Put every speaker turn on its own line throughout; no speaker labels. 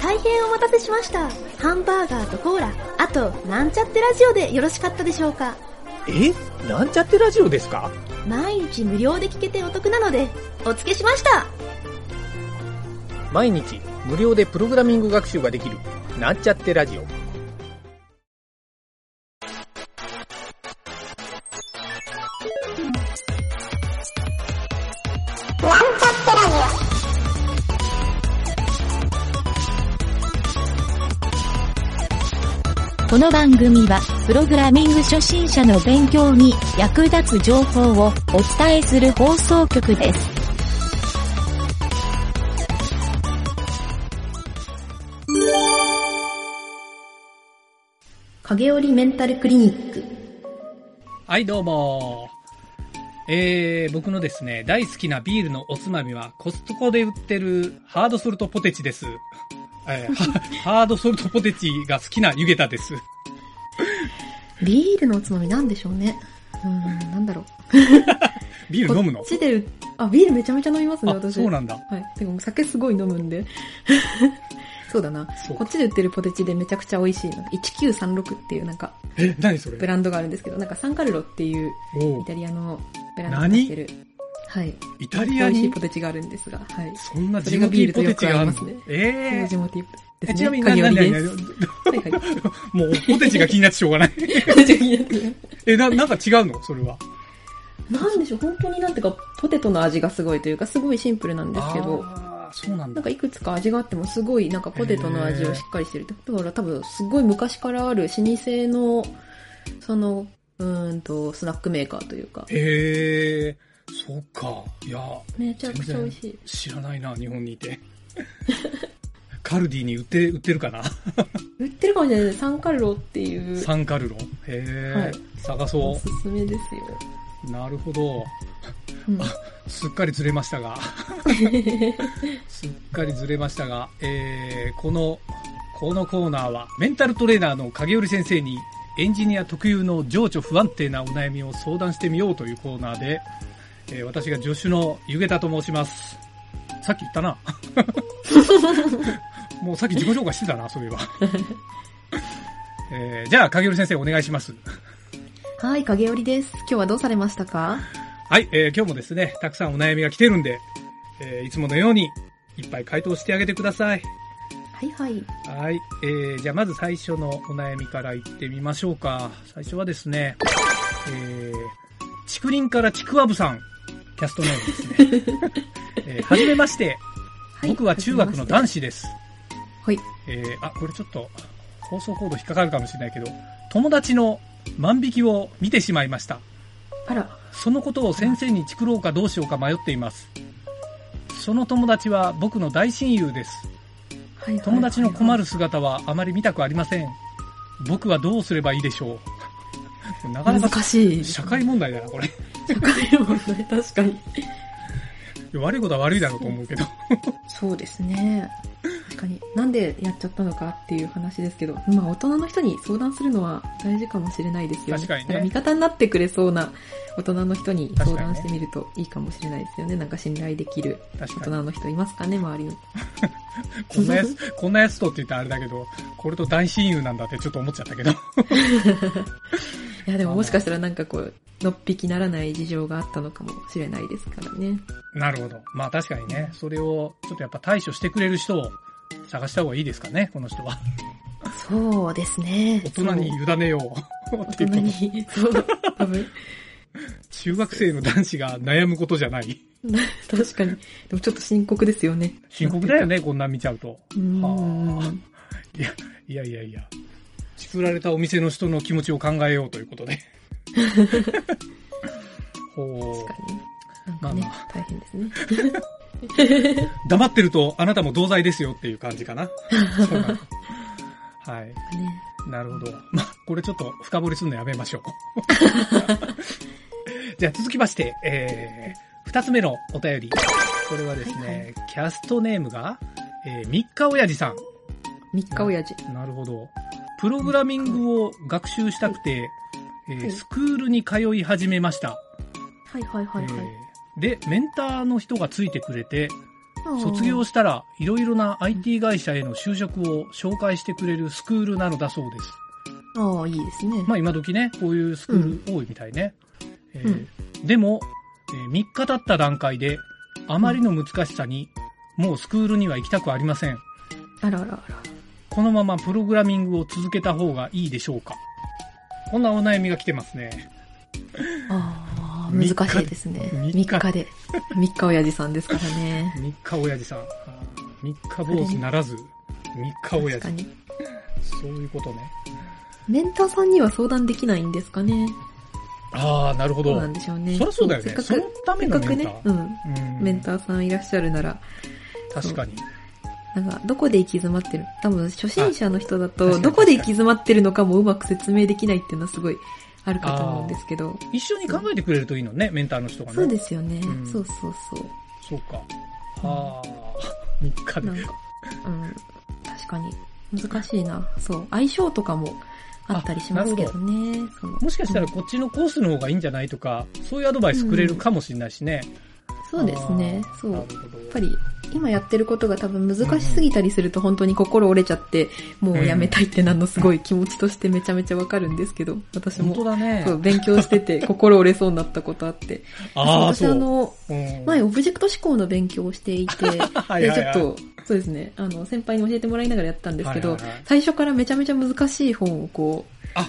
大変お待たせしました。ハンバーガーとコーラ、あと、なんちゃってラジオでよろしかったでしょうか。
えなんちゃってラジオですか
毎日無料で聞けてお得なので、お付けしました。
毎日無料でプログラミング学習ができるなんちゃってラジオ
この番組は、プログラミング初心者の勉強に役立つ情報をお伝えする放送局です。
影織メンタルクリニック。
はいどうもえー、僕のですね大好きなビールのおつまみはコストコで売ってるハードソルトポテチです、えーはハードソルトポテチが好きな湯げたです
ビールのおつまみなんでしょうね。うーん、なんだろう。
ビール飲むの
こっちで、あ、ビールめちゃめちゃ飲みますね、
あ
私。
そうなんだ
はい。でも酒すごい飲むんで。 そうだな。
そう
こ
か
っちで売ってるポテチでめちゃくちゃ美味しいの。1936っていうなんか、
え何そ
ブ
れ
ランドがあるんですけど、なんかサンカルロっていう
お
イ
う
タリアのブランドが出してる。はい。
イタリ
美
ア
味しい
に
ポテチがあるんですが、はい。
そんな
そ
ジ
れが
ム
ビ
ビ
ー
ー
ル
ルポ
とよ
テ
く
チ
合
が
い
あ
ま
る
すね
のえ
ジ
ー
モティップです
え
ね。
ちなみに
鍵
何、
割
何、
り
何、
です。
何
はいはい。
もうポテチが気になってしょうがない。え、な、なんか違うのそれは。
なんでしょう、本当になんていうか、ポテトの味がすごいというか、すごいシンプルなんですけど、
あーそうなん
な
だ
んか。いくつか味があってもすごいなんかポテトの味をしっかりしてるってことだから多分すごい昔からある老舗のそのうーんとスナックメーカーというか
へえ、そうか。いや、
めちゃくちゃ美味しい
知らないな、日本にいて。 カルディに売って、売ってるかな
売ってるかもしれないサンカルロっていう
サンカルロ。へえ、
はい
探
お
そ
すすめですよ、
う。なるほど。
うん、
すっかりずれましたが。すっかりずれましたが、えーこの、このコーナーは、メンタルトレーナーの影織先生に、エンジニア特有の情緒不安定なお悩みを相談してみようというコーナーで、えー私が助手のゆげたと申します。さっき言ったな。もうさっき自己紹介してたな、そういえば。えーじゃあ、影織先生お願いします。
はい影織です今日はどうされましたか
はい、えー今日もですね、たくさんお悩みが来てるんで、えーいつものように、いっぱい回答してあげてください。
はいはい
はい、えー、じゃあまず最初のお悩みからいってみましょうか。最初はですね、えー、竹林からちくわぶさん、キャストネームですね。 えーはじめまして、
はい
僕は中学の男子です。
はい
えー、あ、これちょっと、放送コード引っかかるかもしれないけど、友達の万引きを見てしまいました。
あら
そのことを先生にチクろうかどうしようか迷っています。その友達は僕の大親友です。
はいはい
友達の困
る
る姿はあまり見たくありません。僕はどうすればいいでしょう。なかなか
難しい
社会問題だな、これ。
社会問題確かに
悪いことは悪いだろうと思うけど。
そうですね。確かに。なんでやっちゃったのかっていう話ですけど、まあ大人の人に相談するのは大事かもしれないですよ
確
ね。
かにね
だら味方になってくれそうな大人の人に相談してみるといいかもしれないですよね。なんか信頼できる
確
大
か
人の人いますかね、周りの。
に。こんなやつ、こんなやつとって言ったらあれだけど、これと大親友なんだってちょっと思っちゃったけど。
いやでももしかしたらなんかこう、のっぴきならない事情があったのかもしれないですからね。
なるほど。まあ確かにね、それをちょっとやっぱ対処してくれる人を探した方がいいですかね、この人は。
そうですね
大人に。委ねよう。って
大
いう
人
こと
に、そう、多分。
中学生の男子が悩むことじゃない。
確かに。でもちょっと深刻ですよね。
深刻だよ ね、こんなん見ちゃうと。
うん。
はあ いやいやいや。作られたお店の人の気持ちを考えようということ で。ほう。
確かに。なんかね、
まあま
大変ですね。
黙ってるとあなたも同罪ですよっていう感じか な。そうなのはい。
ね
なるほど。まあ、これちょっと深掘りするのやめま しょう。じゃあ続きまして、えー、二つ目のお便り。これはですね、
はいは
キャストネームが、えー、三日親父さん。
三日親父。
なるほど。プログラミングを学習したくて、えー
はい
スクールに通い始めました。
はいはいはいはい。
えーで、メンターの人がついてくれて、
うん
卒業したらいろいろな IT 会社への就職を紹介してくれるスクールなのだそうです。
ああ、いいですね。
まあ今時ね、こういうスクール多いみたいね。えーでも、え3日経った段階で、あまりの難しさに、もうスクールには行きたくありません。
あらあらあら。
このままプログラミングを続けた方がいいでしょうかこんなお悩みが来てますね。
ああ、
三
難し
日
いですね。
三
3
日
日で。3日親父さんですからね。
3日親父さん。あー3日坊主ならず、3日親
確か
父。
に。
そういうことね。
メンターさんには相談できないんですかね。
ああ、なるほ
どう
ど。
なんでしょうね。
そりゃそうだよね
せっかく、
そのため
せっ
のメ
かく
ンター
ね、うん。
うん
メンターさんいらっしゃるなら、
確かに。
なんか、どこで行き詰まってる多分、初心者の人だ
あ確
と、
かに
どこで行き詰まってるのかもうまく説明できないっていうのはすごいあるかと思うんですけど。
一緒に考えてくれるといいのね、メンターの人がね。
そうですよね。
うん
そうそうそう。
そうか。ああ、3日で
なん。か、うん、確かに難しいな。そう、相性とかもあったりしますけどね。その
もしかしたらこっちのコースの方がいいんじゃないとか、そういうアドバイスくれるかもしれないしね。
そうですね
あ。ー
そう。
な
や
る
っ
ほど
ぱり、今やってることが多分難しすぎたりすると本当に心折れちゃって、もうやめたいってなんのすごい気持ちとしてめちゃめちゃわかるんですけど、私
本当
も。
だね
そ。う、勉強してて心折れそうになったことあって。
ああ、
そ
そ
う私
う。
あの、
うん
前オブジェクト思考の勉強をしてい て、
はい
で、
はい
ち
は
ょ
い
っと、そうですね、あの、先輩に教えてもらいながらやったんですけど、
はいはいはい
最初からめちゃめちゃ難しい本をこう
あ、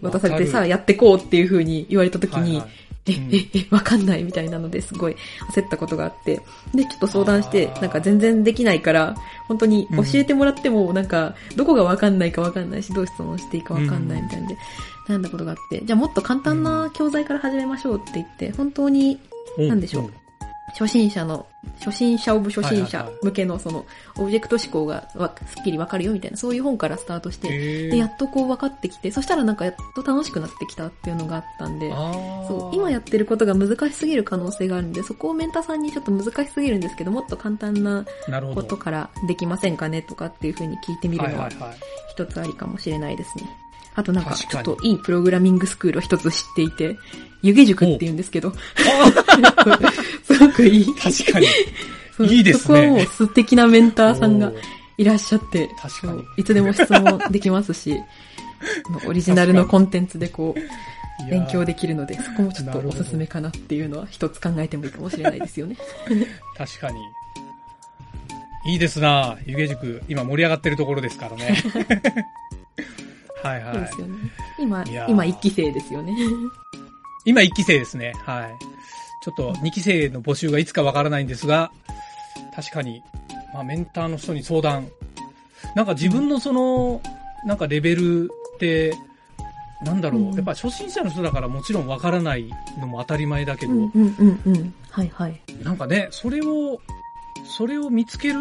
渡されて
わか
さ、
る
やってこうっていう風に言われた時に、
はいはい
え
うん、
え、え、わかんないみたいなのですごい焦ったことがあって、で、ちょっと相談して
あ、ー
なんか全然できないから、本当に教えてもらっても、なんか、どこがわかんないかわかんないし、どう質問していいかわかんないみたいなんで、悩んだことがあって、じゃあもっと簡単な教材から始めましょうって言って、本当に
う
なんでしょう初心者の、初心者オブ初心
はい
者
はいはい
向けのその、オブジェクト思考がわすっきりわかるよみたいな、そういう本からスタートして、
へー
で、やっとこう分かってきて、そしたらなんかやっと楽しくなってきたっていうのがあったんで、
あー
そう、今やってることが難しすぎる可能性があるんで、そこをメンターさんにちょっと難しすぎるんですけど、もっと簡単な
なるほ
こ
ど
とからできませんかねとかっていう風に聞いてみる
はい
の
は
はい
はい。
一つありかもしれないですね。あとなんか、
確
ち
か
ょっ
に
といいプログラミングスクールを一つ知っていて、湯気塾って言うんです けど、すごくいい。
確 かに。
そう
いいですね
そこはもう素敵なメンターさんが
おー
いらっしゃって、
確かに
そういつでも質問できま すし、あのオリジナルのコンテンツでこう、
いやー
勉強できるので、そこもちょっ
なる
と
ほ
お
ど
すすめかなっていうのは一つ考えてもいいかもしれないですよね。
確かに。いいですな湯気塾。今盛り上がってるところですから ね。はい
そうで
はい
す。よね。今
いや、ー
今一期生ですよね。
今1期生ですね。はい。ちょっと2期生の募集がいつかわからないんですが、確かに、まあメンターの人に相談。なんか自分のその、なんかレベルって、なんだろう、
うん
やっぱ初心者の人だからもちろんわからないのも当たり前だけ
う
ど、
んうんうんうん。はいはい。
なんかね、それを、それを見つける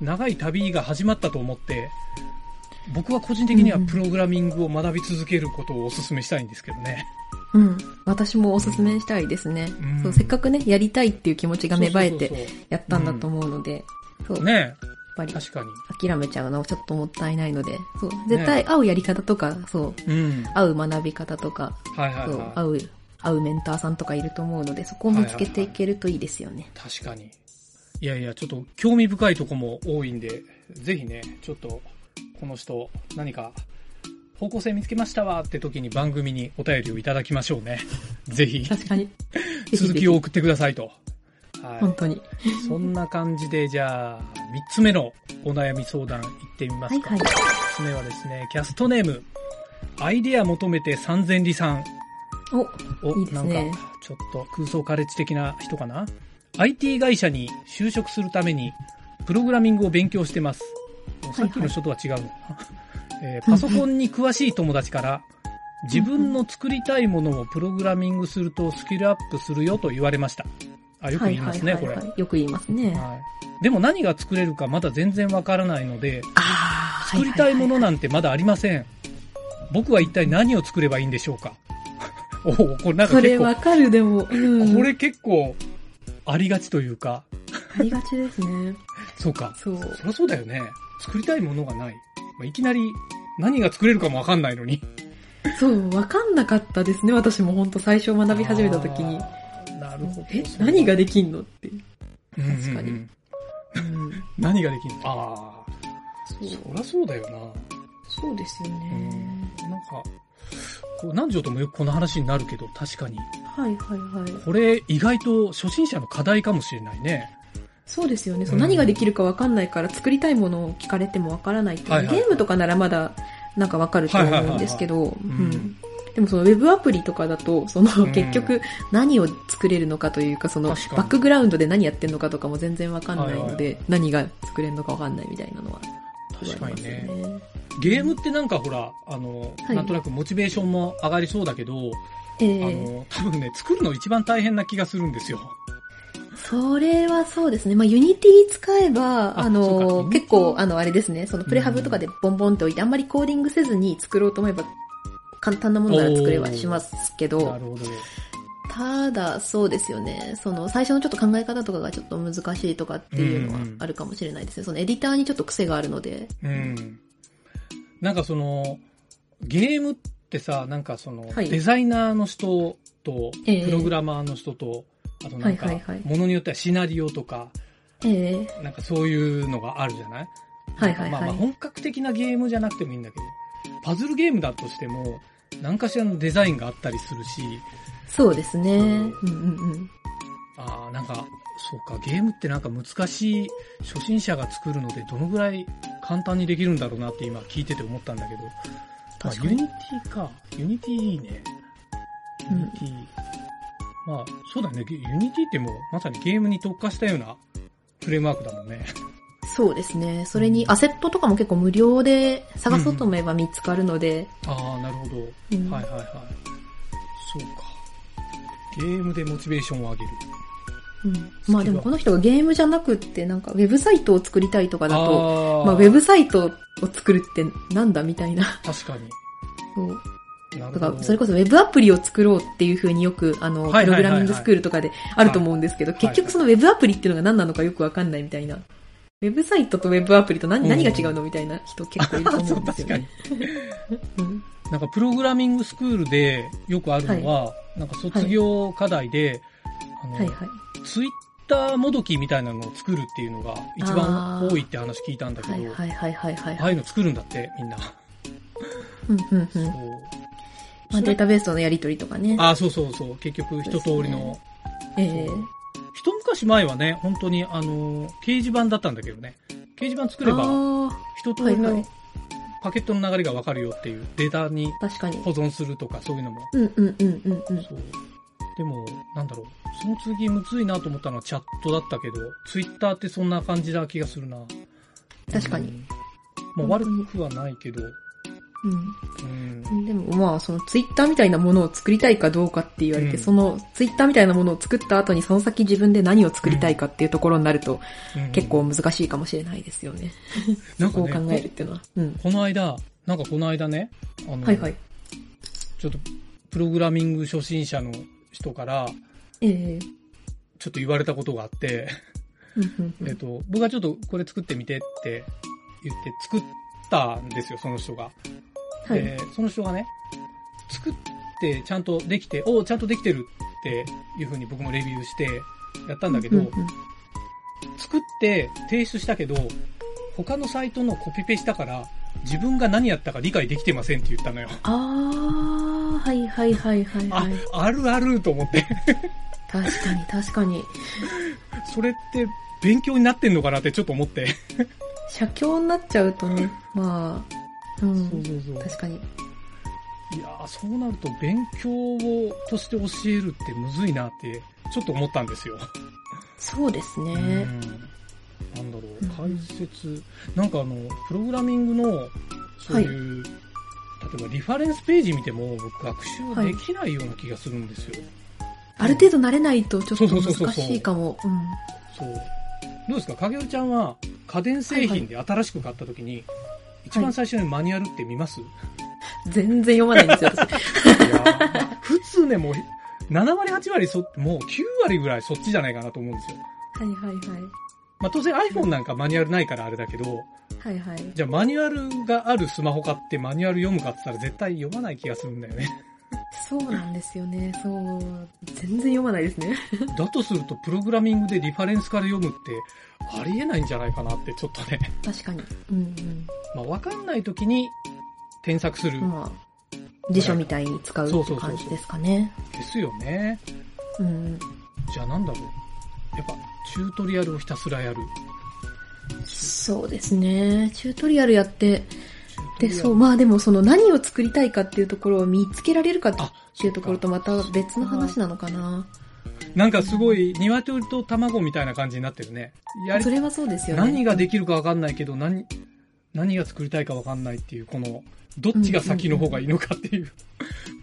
長い旅が始まったと思って、僕は個人的には
うんうん
プログラミングを学び続けることをお勧めしたいんですけどね。
うん。私もおすすめしたいですね。
うん
そうせっかくね、やりたいっていう気持ちが芽生え
そう
て
そうそう
やったんだと思うので、そう、
そう
やっ
ね
ぱり
確かに。
諦めちゃうのはちょっともったいないので、そう、絶対合うやり方とか、そう、
うん。
合う学び方とか、
はいはい
そう
は
合う、合うメンターさんとかいると思うので、そこを見つけていけるといいですよね。
い。確かに。いやいや、ちょっと興味深いとこも多いんで、ぜひね、ちょっと、この人、何か、方向性見つけましたわって時に番組にお便りをいただきましょう ね。ぜひ、
確かに。
続きを送ってくださいと。はい。
本当に。
そんな感じで、じゃあ、三つ目のお悩み相談いってみま
はい
すか。
はい。
三つ目はですね、キャストネーム、アイデア求めて三千里さん。
お、
お、
いいですね
なんか、ちょっと空想カレッジ的な人かな ?IT 会社に就職するために、プログラミングを勉強してます。さっきの人とは違うのか な、えーパソコンに詳しい友達から、自分の作りたいものをプログラミングするとスキルアップするよと言われました。あ、よく言いますね、
はいはいはい
こ
は
れ。
いよく言いますね。
はい、でも何が作れるかまだ全然わからないので、
ああ、
作りたいもの
な
なんてまだありません。僕は一体何を作ればいいんでしょうか おお、これなんか
それ
結構
わ、かるでも、うん。
これ結構ありがちというか、
ありがちですね。
そうか。
そう。
そりゃそうだよね。作りたいものがない。まあ、いきなり何が作れるかもわかんないのに。
そう、わかんなかったですね。私も本当最初学び始めた時に。
あー。なるほど。
え、何ができんのって。
確
確かに。うん。
何ができるのああ、
そう。
そりゃそうだよな。
そうですよね。
なんか、こう何条ともよくこの話になるけど、確かに。
はいはいはい。
これ意外と初心者の課題かもしれないね。
そうですよね。そううん何ができるかわかんないから作りたいものを聞かれてもわからないっていう
はいはい
ゲームとかならまだなんかわかると思うんですけど、う
はいはいはいはい
んでもそのウェブアプリとかだと、その
ん
結局何を作れるのかというか、そのバ
確かに
ックグラウンドで何やってんのかとかも全然わかんない
はい
の
はいはい
で、何が作れるのかわかんないみたいなのは言
確
わ
かに
れますよ
ね。
ね。
ゲームってなんかほら、あの、
はい
なんとなくモチベーションも上がりそうだけど、
え
あ
え
の、多分ね、作るの一番大変な気がするんですよ。
それはそうですね。まあ、ユニティ使えば、
あ
あ
そう
の
か、
結構、あの、あれですね、そのプレハブとかでボンボンって置いて、あんまりコーディングせずに作ろうと思えば、簡単なものなら作れはしますけ
な
ど
る、ほど。
ただ、そうですよね。その、最初のちょっと考え方とかがちょっと難しいとかっていうの
う
は
んうん
あるかもしれないですね。その、エディターにちょっと癖があるので。
うん。なんかその、ゲームってさ、なんかその、
はい
デザイナーの人と、
ええ
プログラマーの人と、あとなんか、
は
も
い
の
はいはい
によってはシナリオとか、
ええ
なんかそういうのがあるじゃない
はいはい
まあ
は
まあ
い。
本格的なゲームじゃなくてもいいんだけど、パズルゲームだとしても、何かしらのデザインがあったりするし、
そうですね。うんうんうん。
ああ、なんか、そうか、ゲームってなんか難しい初心者が作るので、どのぐらい簡単にできるんだろうなって今聞いてて思ったんだけど、
確か
ユ
に。
ニティか。ユニティいいね。
う
ユ
ん
ニティ。まあ、そうだね。ユニティってもう、まさにゲームに特化したようなフレームワークだもんね。
そうですね。それに、アセットとかも結構無料で探そうと思えば見つかるので、
ああ、なるほど。
うん
はいはいはい。そうか。ゲームでモチベーションを上げる。
うんまあでもこの人がゲームじゃなくって、なんかウェブサイトを作りたいとかだと、
あー
まあウェブサイトを作るってなんだみたい な。
確かに。
そう
なる
だ
ほ
か
ど。
らそれこそウェブアプリを作ろうっていう風によく、あの、
はい
プ
はい
ロ
はいはい
グラミングスクールとかであると思うんですけど、
い
結局そのウェブアプリっていうのが何なのかよくわかんないみたいな。ウェブサイトとウェブアプリと
うん
何何が違うのみたいな人結構いると思うんですよね。うん
なんかプログラミングスクールでよくあるのは、なんか卒業課題で、あの、
はいはい。
ツイッターもどきみたいなのを作るっていうのが一番多いって話聞いたんだけど、
はいはいはいはいはい
あ
は
あ
い。
いうの作るんだって、みんな。
うんうんうん。ま
そ
あ
う
データベースとのやり取りとかね。
ああ、そうそうそう。結局、一通り
そうです
の
ね。ええ
一昔前はね、本当に、あの、掲示板だったんだけどね。掲示板作れば、
あ
一
あ、
通
は
り
いは
の
い。
パケットの流れがわかるよっていうデータに
確かに。
保存するとか、そういうのも。
うんうんうんうんうん。
そう。でも、なんだろう。その次、むずいなと思ったのはチャットだったけど、ツイッターってそんな感じな気がするな。
確かに。
うん。まあ、悪くはないけど、うん。
うん。でもまあ、そのツイッターみたいなものを作りたいかどうかって言われて、
うん
そのツイッターみたいなものを作った後にその先自分で何を作りたいかっていうところになると、
うん
結構、難しいかもしれないですよね。
なん
こう
か
考えるっ
ね、
ていうのは。うん。
この間、なんかこの間ね、あの、
はいはい。
ちょっと、プログラミング初心者の人から、
ええ
ちょっと言われたことがあって、
うんうんう
えっ
ん。
と、僕がちょっとこれ作ってみてって言って作ったんですよ、その人が。
はい。
で、その人がね、作ってちゃんとできて、おお、ちゃんとできてるっていう風に僕もレビューしてやったんだけど、
うんうんうん
作って提出したけど、他のサイトのコピペしたから、自分が何やったか理解できてませんって言ったのよ。
ああ、はいはいはいはい
あ
はい。、
あるあると思って。
確かに確かに。
それって勉強になってんのかなってちょっと思って。
写経になっちゃうとね、まあ、うん。
そうそう
確かに。
いやーそうなると勉強をとして教えるってむずいなってちょっと思ったんですよ。
そうですね。
うんなんだろう、解説、なんかあの、プログラミングの、そういう、例えばリファレンスページ見ても、僕学習できないような気がするんですよ。
ある程度慣れないとちょっと
そうそうそう
難
そう
しいかも。うん
そう。どうですか影尾ちゃんは、家電製品で新しく買った時に、一番最初にマニュアルって見ます、
全然読まないんです よ、私。
いやー普通ね、もう、7割、8割そ、もう9割ぐらいそっちじゃないかなと思うんですよ。
はいはいはい。
まあ当然 iPhone なんかマニュアルないからあれだけど、
はいはい。
じゃあマニュアルがあるスマホ買ってマニュアル読むかって言ったら絶対読まない気がするんだよね。
そうなんですよね。そう。全然読まないですね。
だとすると、プログラミングでリファレンスから読むって、ありえないんじゃないかなって、ちょっとね。
確かに。うん
まあ、わかんないときに、添削する
うん。。まあ、辞書みたいに使う
そう
っ
そ
て
うそうそう
感じですかね。
ですよね。
うん。
じゃあなんだろう。やっぱ、チュートリアルをひたすらやる。
そうですね。チュートリアルやって、で、そう、
う。
まあでもその何を作りたいかっていうところを見つけられるか
あ
っていうところとまた別の話なのかな。
なんかすごい、鶏と卵みたいな感じになってるね。やり
そ、れはそうですよね。
何ができるかわかんないけど、何、何が作りたいかわかんないっていう、この、どっちが先の方がいいのかっていう。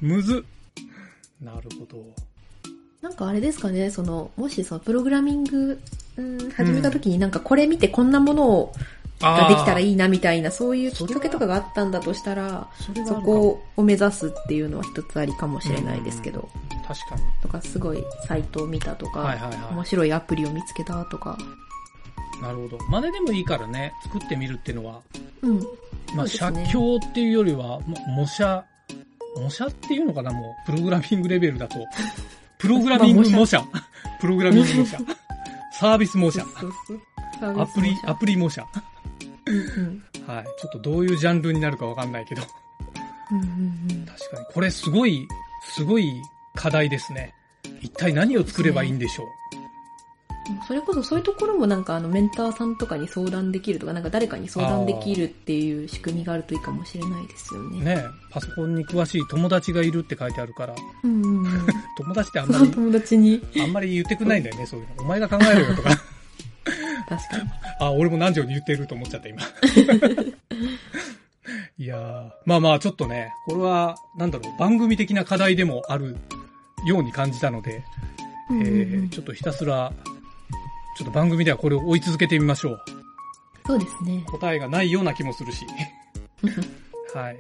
むずっ。なるほど。
なんかあれですかね、その、もしそのプログラミング、うん、始めた時になんかこれ見てこんなものを、ができたら
い。
いいなみたいな、そういうきっかけとかがあったんだとしたら、
それはあるか
そ
も
こを目指すっていうのは一つありかもしれないですけど、
確かに。
とかすごいサイトを見たとか、
はいはいはい
面白いアプリを見つけたとか、
なるほど。真似でもいいからね、作ってみるっていうのは、
うん、
まあ、
そうですね
写経っていうよりは、も模写、模写っていうのかな、もう、プログラミングレベルだと。 プログラミング模写。プログラミング模 写。サービス模写。
そうそうそう
アプリ、アプリ模写。は
リ、うん
い。ちょっとどういうジャンルになるかわかんないけど。
うんうん
確かに。これすごい、すごい課題ですね。一体何を作ればいいんでしょう。
うん、それこそそういうところもなんかあのメンターさんとかに相談できるとか、なんか誰かに相談できるっていう仕組みがあるといいかもしれないですよね。
ねパソコンに詳しい友達がいるって書いてあるから、
うんう んうん、
友達ってあん
そ
ま
の
り
友達に。
あんまり言ってくんないんだよね、そういうの。お前が考えろ よとか。
確かに。
あ、俺も何時に言ってると思っちゃった、 今。いやー、まあまあ、ちょっとね、これは、なんだろう、番組的な課題でもあるように感じたので、
うん
え
うんうん
ー、ちょっとひたすら、ちょっと番組ではこれを追い続けてみましょう。
そうですね。
答えがないような気もするし。はい。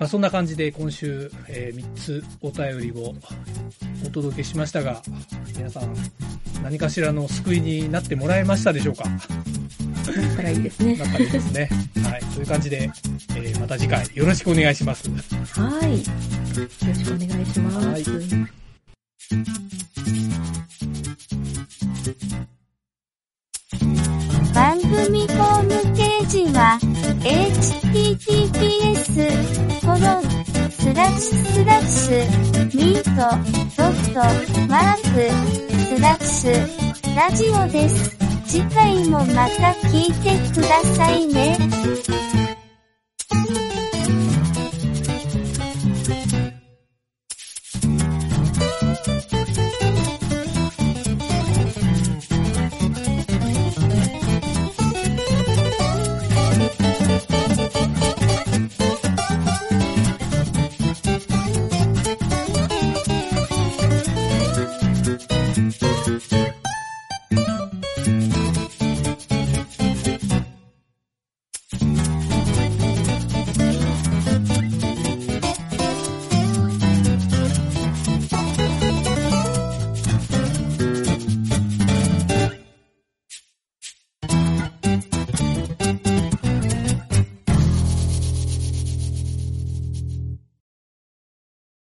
まあ、そんな感じで今週、え3つお便りをお届けしましたが、皆さん何かしらの救いになってもらえましたでしょうか
だったらいいですね
な。んかいいですね。はい。という感じで、えーまた次回よろしくお願いします。
はい。よろしくお願いします。
番組ホームページは、https, コロン、スラッシュスラッシュ、ミート、ドット、マーク、スラッシュ、ラジオです。次回もまた聞いてくださいね。
「